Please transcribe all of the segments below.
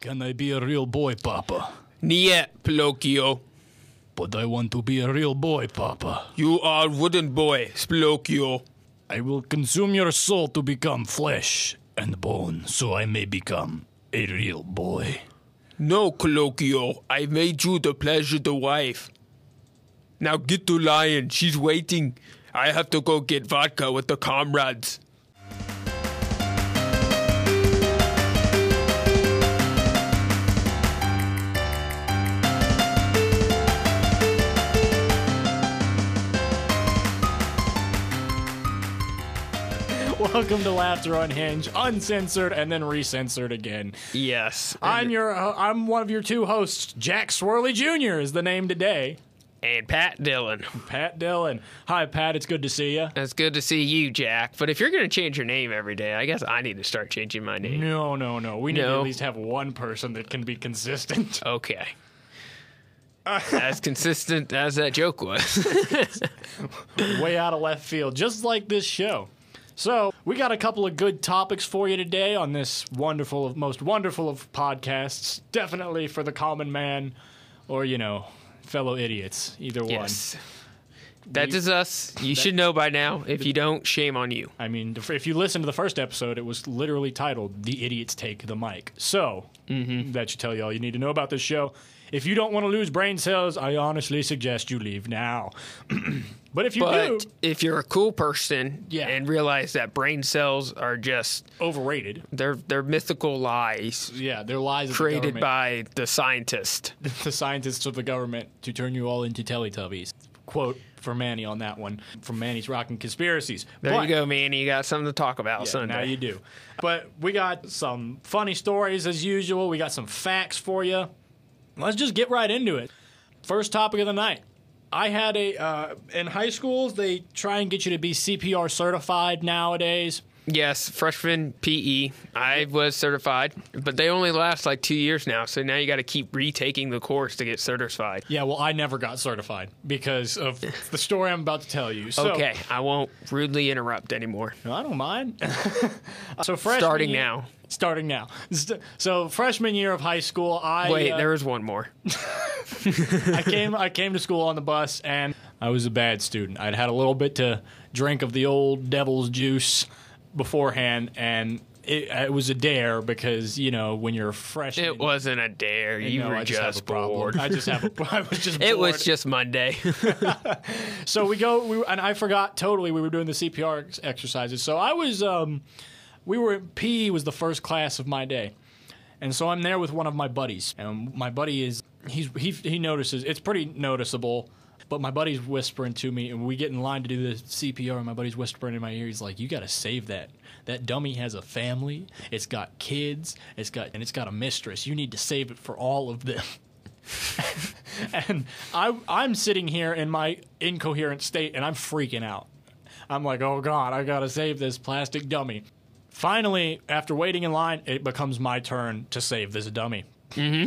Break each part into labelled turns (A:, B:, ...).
A: Can I be a real boy, Papa?
B: Niet, Pinocchio.
A: But I want to be a real boy, Papa.
B: You are wooden boy, Spilocchio.
A: I will consume your soul to become flesh and bone, so I may become a real boy.
B: No, Colloquio, I made you the pleasure the wife. Now get to Lion, she's waiting. I have to go get vodka with the comrades.
C: Welcome to Laughter on Hinge, uncensored and then recensored again.
B: Yes.
C: I'm your, uh, I'm one of your two hosts. Jack Swirly Jr. is the name today.
B: and Pat Dillon.
C: Pat Dillon. Hi, Pat. It's good to see you.
B: It's good to see you, Jack. But if you're going to change your name every day, I guess I need to start changing my name.
C: No, no, no. We need to
B: No.
C: at least have one person that can be consistent.
B: Okay. as consistent as that joke was.
C: Way out of left field, just like this show. So, we got a couple of good topics for you today on this wonderful, of most wonderful of podcasts. Definitely for the common man or, you know, fellow idiots, either
B: yes. That is us. You should know by now. If you don't, shame on you.
C: one. I mean, if you listen to the first episode, it was literally titled The Idiots Take the Mic. So,
B: Mm-hmm.
C: that should tell you all you need to know about this show. If you don't want to lose brain cells, I honestly suggest you leave now. but if you
B: But
C: do,
B: if you're a cool person
C: Yeah.
B: and realize that brain cells are just
C: overrated.
B: they're they're mythical lies
C: Yeah, they're lies of the
B: created
C: government.
B: by the scientist.
C: the scientists of the government to turn you all into Teletubbies. Quote for Manny on that one from Manny's Rockin' Conspiracies.
B: There
C: But-
B: you go, man. You got something to talk about
C: Yeah,
B: Sunday.
C: now you do. But we got some funny stories as usual. We got some facts for you. Let's just get right into it. First topic of the night. I had a uh, in high schools they try and get you to be CPR certified nowadays.
B: yes, freshman PE. I was certified, but they only last like two years now. So now you got to keep retaking the course to get certified.
C: Yeah, well, I never got certified because of the story I'm about to tell you. So,
B: Okay, I won't rudely interrupt anymore.
C: No, I don't mind. so freshman
B: Starting
C: year-
B: now.
C: Starting now. St- So freshman year of high school, I
B: Wait,
C: uh,
B: there is one more.
C: I came I came to school on the bus and I was a bad student. I'd had a little bit to drink of the old devil's juice beforehand, and it, it was a dare because you know when you're a freshman.
B: It wasn't a dare. You
C: no,
B: were
C: I just, have a
B: just bored.
C: problem. I just have. A, I was just.
B: It
C: bored.
B: was just Monday.
C: So we go, we, and I forgot totally we were doing the CPR ex- exercises. So I was, um, we were, PE was the first class of my day. And so I'm there with one of my buddies. And my buddy is, he's, he, he notices, it's pretty noticeable. But my buddy's whispering to me, and we get in line to do the CPR. And my buddy's whispering in my ear, he's like, "You gotta save that. That dummy has a family. It's got kids. It's got and it's got a mistress. You need to save it for all of them." and I, I'm sitting here in my incoherent state, and I'm freaking out. I'm like, oh god, I gotta save this plastic dummy. Finally, after waiting in line, it becomes my turn to save this dummy. Mm-hmm.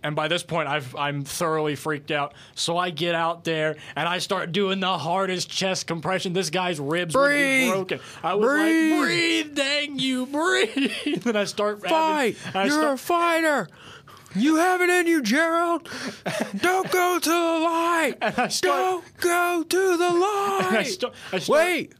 C: And by this point, I've, I'm thoroughly freaked out. So I get out there and I start doing the hardest chest compression. This guy's ribs were
B: Breathe.
C: broken. I was
B: Breathe.
C: like, breathe, dang you, breathe. and I start
B: fight.
C: Having, I
B: You're
C: start-
B: a fighter. You have it in you, Gerald. Don't go to the light.
C: I start-
B: Don't go to the light.
C: I sta- I start-
B: Wait,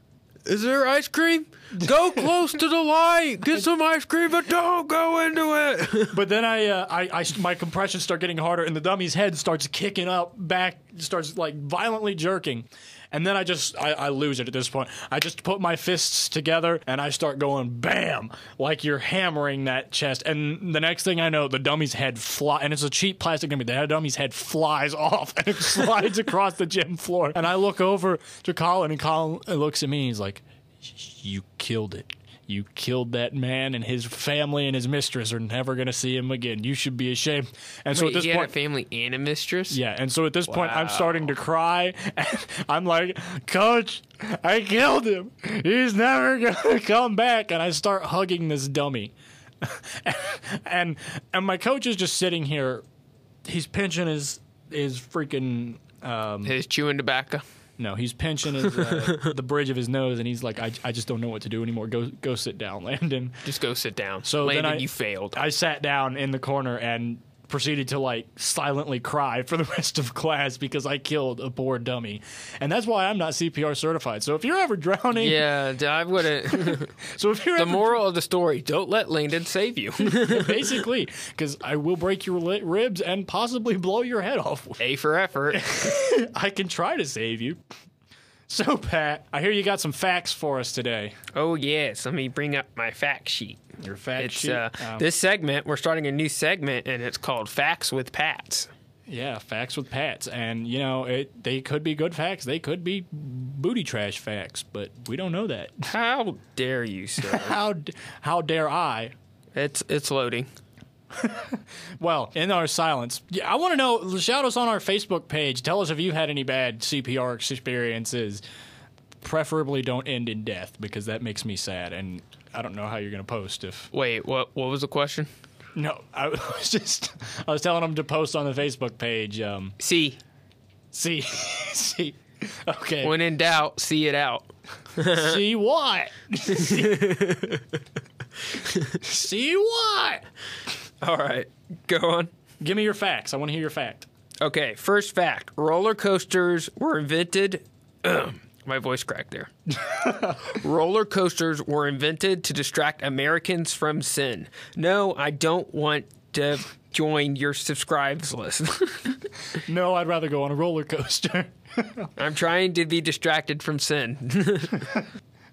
B: is there ice cream? Go close to the light. Get some ice cream, but don't go into it.
C: But then I, uh, I, I, my compressions start getting harder, and the dummy's head starts kicking up back, starts like violently jerking, and then I just, I, I lose it at this point. I just put my fists together and I start going bam, like you're hammering that chest. And the next thing I know, the dummy's head fly, and it's a cheap plastic dummy. The dummy's head flies off and it slides across the gym floor. And I look over to Colin, and Colin looks at me, and he's like, "You killed it." You killed that man, and his family and his mistress are never going to see him again. You should be ashamed. And so at this point,
B: family and a mistress.
C: yeah, and so at this point, I'm starting to cry. And I'm like, Coach, I killed him. He's never gonna come back. And I start hugging this dummy. and and my coach is just sitting here. He's pinching his his freaking um,
B: His chewing tobacco.
C: No, he's pinching his, uh, the bridge of his nose, and he's like, I, I just don't know what to do anymore. Go go sit down, Landon.
B: Just go sit down.
C: So then
B: Landon,
C: I-
B: you failed.
C: I sat down in the corner and proceeded to like silently cry for the rest of class because I killed a poor dummy. And that's why I'm not CPR certified. So if you're ever drowning,
B: yeah, d- I wouldn't.
C: so if you're
B: the
C: ever,
B: moral of the story: Don't let Landon save you.
C: basically cuz I will break your li- ribs and possibly blow your head off.
B: A for effort.
C: I can try to save you. So Pat, I hear you got some facts for us today.
B: Oh yes, let me bring up my fact sheet.
C: Your fact
B: It's
C: sheet.
B: uh,
C: Um,
B: this segment. We're starting a new segment, and it's called Facts with Pats.
C: yeah, facts with Pats and you know, it they could be good facts, they could be booty trash facts, but we don't know that.
B: How dare you, sir?
C: How d- how dare I?
B: it's it's loading.
C: Well, in our silence, yeah, I want to know. Shout us on our Facebook page. Tell us if you had any bad CPR experiences. Preferably, don't end in death because that makes me sad, and I don't know how you're going to post if.
B: Wait, what? What was the question?
C: No, I was just I was telling them to post on the Facebook page. Um,
B: See,
C: see, see, okay,
B: when in doubt, see it out.
C: see what? see what?
B: All right, go on.
C: Give me your facts. I want to hear your fact.
B: Okay, first fact: roller coasters were invented. my voice cracked there. roller coasters were invented to distract Americans from sin. No, I don't want to join your subscribes list.
C: No, I'd rather go on a roller coaster.
B: I'm trying to be distracted from sin.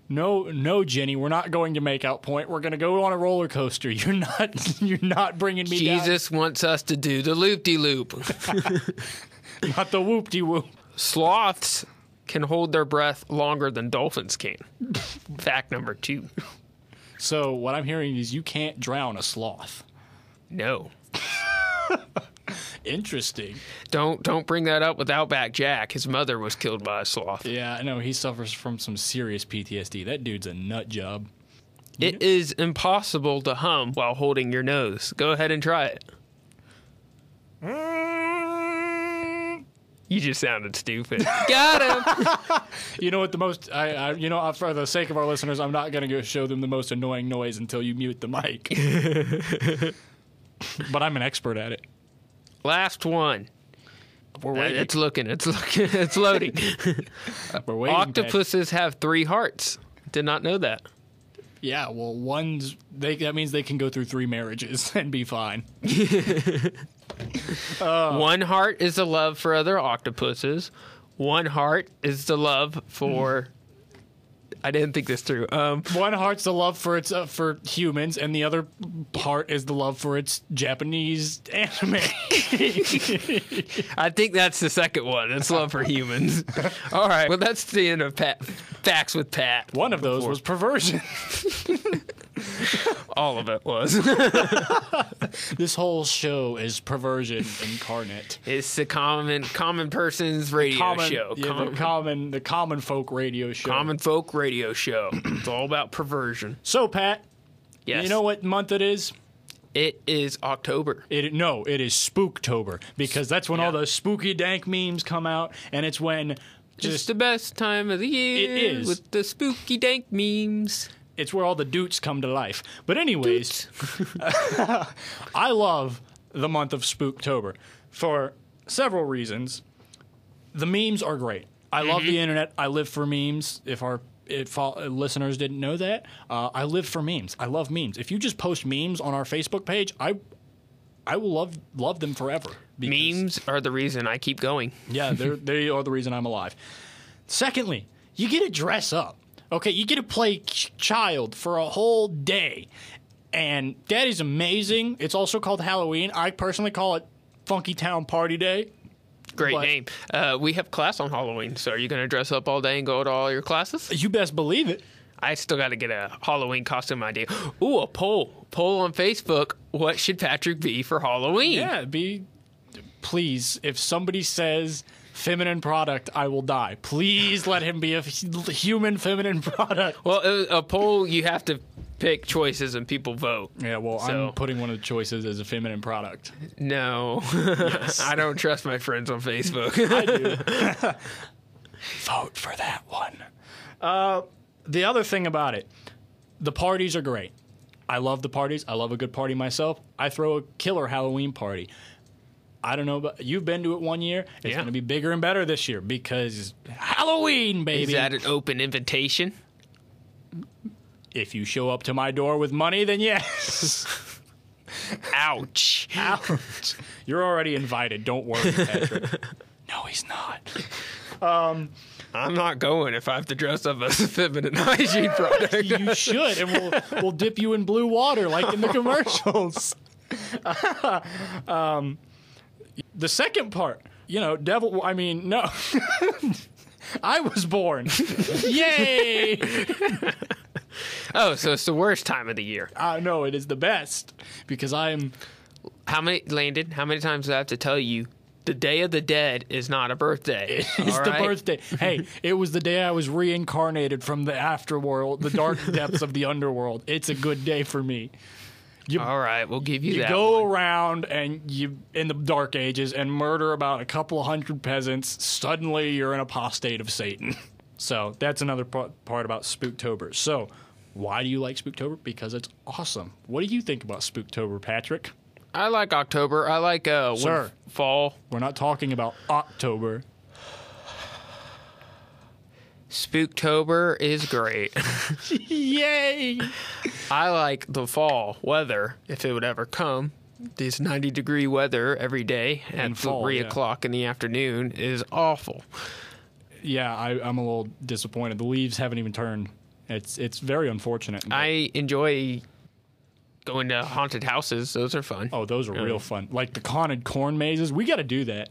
C: No, no, Jenny, we're not going to make out point. We're going to go on a roller coaster. You're not, you're not bringing me down.
B: Jesus wants us to do the loop de loop.
C: Not the whoop de whoop.
B: Sloths can hold their breath longer than dolphins can. Fact number two.
C: So what I'm hearing is you can't drown a sloth.
B: No.
C: Interesting.
B: Don't don't bring that up with Outback Jack. His mother was killed by a sloth.
C: Yeah, I know he suffers from some serious PTSD. That dude's a nut job.
B: It is impossible to hum while holding your nose. Go ahead and try it. You just sounded stupid. Got him.
C: You know what? The most, I, I you know, for the sake of our listeners, I'm not going to go show them the most annoying noise until you mute the mic. but I'm an expert at it.
B: Last one. Uh,
C: We're waiting.
B: It's looking. It's looking. It's loading.
C: We're waiting. Pat.
B: Octopuses have three hearts. Did not know that.
C: Yeah, well, one's they that means they can go through three marriages and be fine. Oh.
B: One heart is the love for other octopuses. One heart is the love for. I didn't think this through. Um,
C: One heart's the love for its uh, for humans, and the other heart is the love for its Japanese anime.
B: I think that's the second one. It's love for humans. All right. Well, that's the end of Pat. Facts with Pat.
C: One of those was perversion.
B: All of it was.
C: this whole show is perversion incarnate.
B: it's the common common person's radio
C: Common,
B: show.
C: yeah,
B: common,
C: the common, the common folk radio show.
B: common folk radio show. It's all about perversion.
C: So, Pat,
B: Yes.
C: you know what month it is?
B: It is October.
C: It no, it is Spooktober because that's when all those spooky dank memes come out, and it's when
B: Just
C: just
B: the best time of the year
C: It is.
B: with the spooky dank memes.
C: it's where all the doots come to life. But anyways, I love the month of Spooktober for several reasons. The memes are great. I love the internet. I live for memes. If our if all, uh, listeners didn't know that, uh, I live for memes. I love memes. If you just post memes on our Facebook page, I I will love love them forever. because-
B: Memes are the reason I keep going.
C: yeah, they're, they are the reason I'm alive. Secondly, you get to dress up. Okay, you get to play ch- child for a whole day. And that is amazing. It's also called Halloween. I personally call it Funky Town Party Day.
B: Great
C: What?
B: name. Uh, we have class on Halloween, so are you going to dress up all day and go to all your classes?
C: You best believe it.
B: I still got to get a Halloween costume idea. Ooh, a poll. Poll on Facebook. What should Patrick be for Halloween?
C: Yeah, be please if somebody says feminine product, I will die. Please let him be a f- human feminine product.
B: Well, it- a poll, you have to pick choices and people vote.
C: Yeah, well,
B: So-
C: I'm putting one of the choices as a feminine product.
B: No. I don't trust my friends on Facebook.
C: I do. Vote for that one. Uh, the other thing about it, the parties are great. I love the parties. I love a good party myself. I throw a killer Halloween party. I don't know, but you've been to it one year. It's
B: Yeah.
C: going to be bigger and better this year because Halloween,
B: Is
C: baby.
B: that an open invitation?
C: if you show up to my door with money, then yes.
B: Ouch.
C: Ouch. You're already invited. Don't worry, Patrick. no, he's not.
B: I'm not going if I have to dress up as a feminine hygiene product.
C: You should, and we'll we'll dip you in blue water like in the commercials. um, the second part, you know, devil. I mean, no. I was born. Yay!
B: Oh, so it's the worst time of the year.
C: I know Uh, it is the best because I am
B: How many, Landon, how many times do I have to tell you the Day of the Dead is not a birthday?
C: It's
B: all
C: the
B: right?
C: birthday. Hey, it was the day I was reincarnated from the afterworld, the dark depths of the underworld. It's a good day for me.
B: All right, we'll give you,
C: You
B: that.
C: go around and you in the dark ages and murder about a couple of hundred peasants. Suddenly, you're an apostate of Satan. So that's another par- part about Spooktober. So, why do you like Spooktober? Because it's awesome. What do you think about Spooktober, Patrick?
B: I like October. I like uh, when
C: Sir.
B: f- fall.
C: We're not talking about October.
B: Spooktober is great.
C: Yay!
B: I like the fall weather, if it would ever come. This 90 degree weather every day at
C: In fall,
B: 3
C: yeah.
B: o'clock in the afternoon is awful.
C: Yeah, I, I'm a little disappointed. The leaves haven't even turned. It's it's very unfortunate.
B: I enjoy going to haunted houses, those are fun.
C: oh, those are real fun. Like the haunted corn mazes. We got to do that.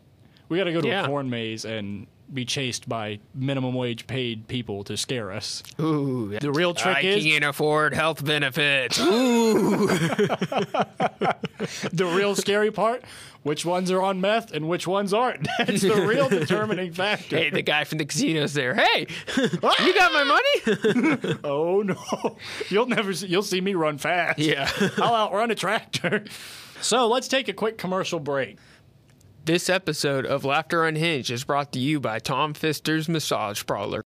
C: We got to go to
B: Yeah.
C: a corn maze and be chased by minimum wage paid people to scare us.
B: Ooh,
C: The real trick
B: I
C: is
B: can't afford health benefits. Ooh,
C: the real scary part. Which ones are on meth and which ones aren't? That's the real determining factor.
B: hey, the guy from the casino's there. Hey, you got my money?
C: Oh no! You'll never see, you'll see me run fast.
B: Yeah.
C: I'll outrun a tractor. So let's take a quick commercial break.
B: This episode of Laughter Unhinged is brought to you by Tom Fister's Massage Parlor.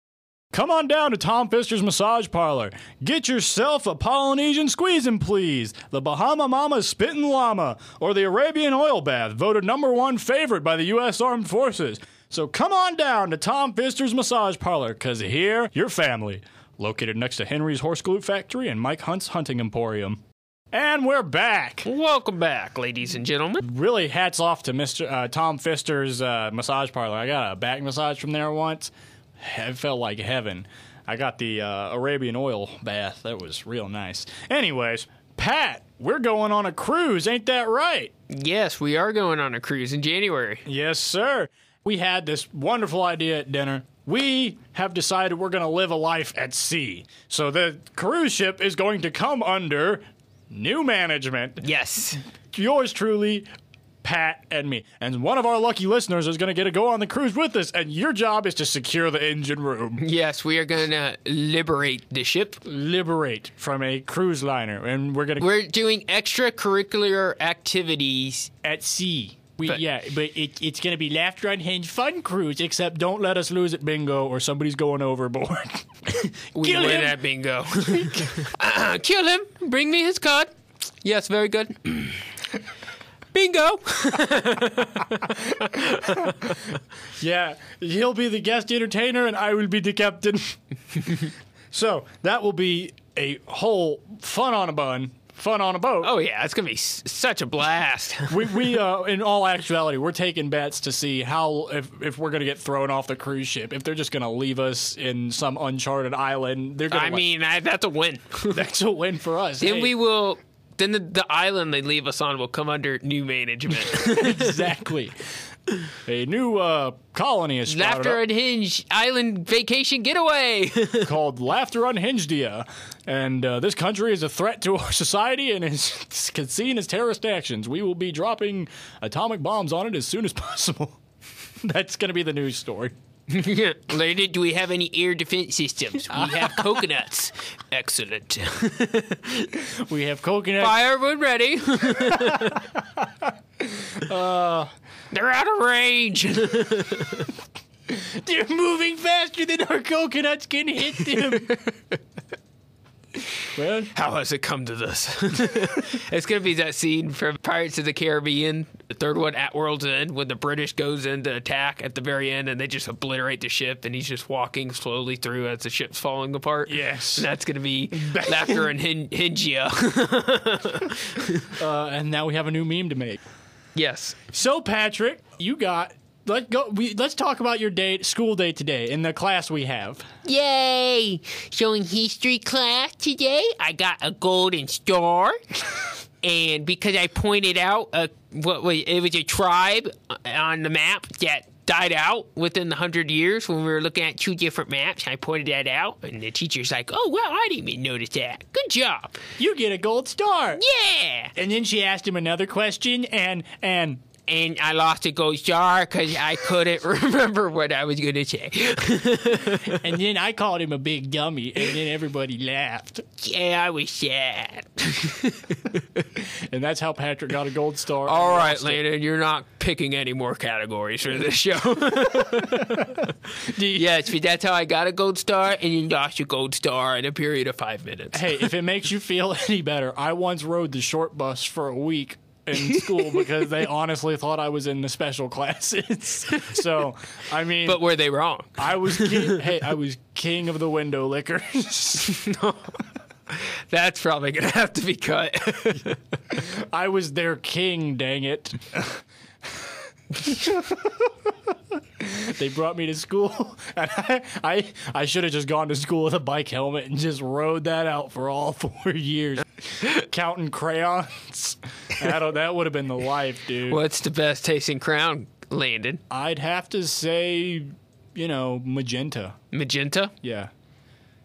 C: Come on down to Tom Fister's Massage Parlor. Get yourself a Polynesian squeezin', please, the Bahama Mama Spittin' Llama, or the Arabian Oil Bath, voted number one favorite by the U.S. Armed Forces. So come on down to Tom Fister's Massage Parlor, 'cause here, your family. Located next to Henry's Horse Glue Factory and Mike Hunt's Hunting Emporium. And we're back.
B: Welcome back, ladies and gentlemen.
C: Really, hats off to Mr. Uh, Tom Fister's uh, massage parlor. I got a back massage from there once. It felt like heaven. I got the uh, Arabian oil bath. That was real nice. Anyways, Pat, we're going on a cruise. Ain't that right?
B: Yes, we are going on a cruise in January.
C: Yes, sir. We had this wonderful idea at dinner. We have decided we're going to live a life at sea. So the cruise ship is going to come under new management.
B: Yes.
C: yours truly, Pat and me. And one of our lucky listeners is going to get to go on the cruise with us, and your job is to secure the engine room.
B: Yes, we are going to liberate the ship.
C: Liberate from a cruise liner, and we're going to
B: We're doing extracurricular activities.
C: at sea. We,
B: But-
C: yeah, but it, it's going to be laughter unhinged fun cruise, except don't let us lose it, bingo, or somebody's going overboard.
B: We
C: Kill
B: win
C: him.
B: at bingo. Uh, kill him. Bring me his card. Yes, very good. bingo.
C: yeah, he'll be the guest entertainer, and I will be the captain. so that will be a whole fun on a bun, fun on a boat.
B: Oh yeah, it's gonna be s- such a blast.
C: we, we uh, in all actuality, we're taking bets to see how if, if we're gonna get thrown off the cruise ship. If they're just gonna leave us in some uncharted island, they're gonna.
B: I
C: like,
B: mean, I, that's a win.
C: that's a win for us.
B: then
C: Hey,
B: we will. Then the, the island they leave us on will come under new management.
C: exactly. A new uh, colony is sprouted
B: Laughter
C: up
B: and Hinge Island Vacation Getaway.
C: called Laughter Unhingedia, and uh, this country is a threat to our society and is seen as terrorist actions. We will be dropping atomic bombs on it as soon as possible. That's gonna be the news story.
B: Later, do we have any air defense systems? We have coconuts. Excellent.
C: We have coconut.
B: Firewood ready. They're out of range.
C: They're moving faster than our coconuts can hit them. well,
B: How has it come to this? it's going to be that scene from Pirates of the Caribbean, the third one at World's End, when the British goes in to attack at the very end and they just obliterate the ship and he's just walking slowly through as the ship's falling apart.
C: Yes.
B: And that's going to be laughter and hin- Hingia.
C: uh, and now we have a new meme to make.
B: yes.
C: So Patrick, you got let go. We, let's talk about your date, school day today, in the class we have.
D: Yay! So in history class today, I got a golden star. and because I pointed out a, what was, it was a tribe uh, on the map that died out within the 100 years when we were looking at two different maps, I pointed that out. And the teacher's like, oh, wow, I didn't even notice that. Good job.
C: You get a gold star.
D: Yeah!
C: And then she asked him another question, and and
D: And I lost a gold star because I couldn't remember what I was going to say.
C: and then I called him a big dummy, and then everybody laughed.
D: yeah, I was sad.
C: And that's how Patrick got a gold star.
B: All right, Landon, you're not picking any more categories for this show.
D: yes, but that's how I got a gold star.
B: and you lost your gold star in a period of five minutes.
C: Hey, if it makes you feel any better, I once rode the short bus for a week in school because they honestly thought I was in the special classes. So, I mean,
B: But were they wrong?
C: I was king, hey, I was king of the window lickers.
B: That's probably going to have to be cut.
C: I was their king, dang it. they brought me to school, and I, I, I should have just gone to school with a bike helmet and just rode that out for all four years, counting crayons. I don't- that would have been the life, dude.
B: What's the best tasting crown, Landon?
C: I'd have to say, you know, magenta.
B: Magenta?
C: Yeah,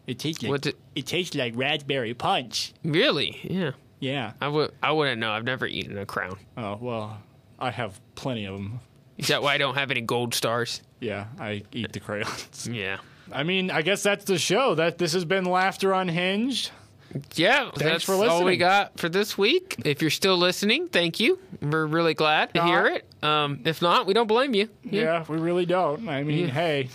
C: it tastes like
B: What's it-
C: it tastes like raspberry punch.
B: Really? Yeah.
C: Yeah.
B: I would. I wouldn't know. I've never eaten a crown.
C: Oh well, I have plenty of them.
B: Is that why I don't have any gold stars?
C: Yeah, I eat the crayons.
B: Yeah.
C: I mean, I guess that's the show. That this has been Laughter Unhinged.
B: Yeah. that's
C: for
B: all we
C: listening.
B: got for this week. If you're still listening, thank you. We're really glad to hear it. Um, if not, we don't blame you.
C: Yeah, we really don't. I mean, hey,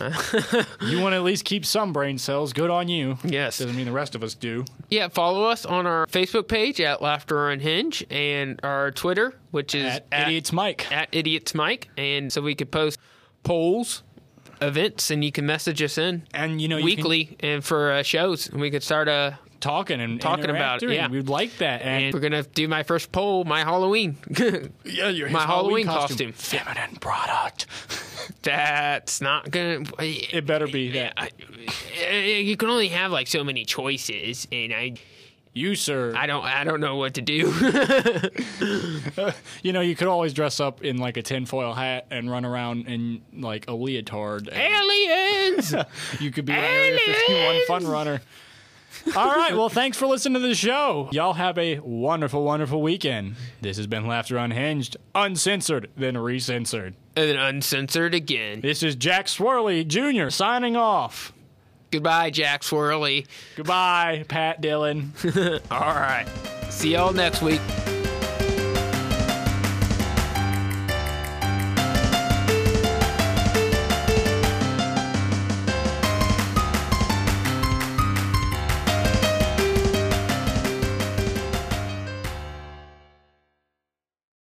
C: you want to at least keep some brain cells. Good on you.
B: Yes.
C: Doesn't mean the rest of us do.
B: Yeah. Follow us on our Facebook page at Laughter Unhinge and our Twitter, which is
C: At, Idiots Mike.
B: at Idiots Mike, and so we could post polls, events, and you can message us in.
C: and you know, you can
B: weekly and for uh, shows. And we could start a.
C: keep talking and
B: Talking about it,
C: interacting.
B: yeah.
C: we'd like that. And,
B: And we're gonna do my first poll, my Halloween.
C: yeah, your, his
B: my Halloween costume.
C: feminine product.
B: That's not gonna.
C: It better be that
B: I- I- uh, you can only have like so many choices, and I,
C: you, sir.
B: I don't, I don't know what to do.
C: you know, you could always dress up in like a tinfoil hat and run around in like a leotard. and-
B: Aliens.
C: You could be an Area 51 fun runner. All right. Well, thanks for listening to the show. Y'all have a wonderful, wonderful weekend. This has been Laughter Unhinged, uncensored, then recensored.
B: and then uncensored again.
C: This is Jack Swirly Jr. signing off.
B: Goodbye, Jack Swirly.
C: Goodbye, Pat Dillon.
B: All right. See y'all next week.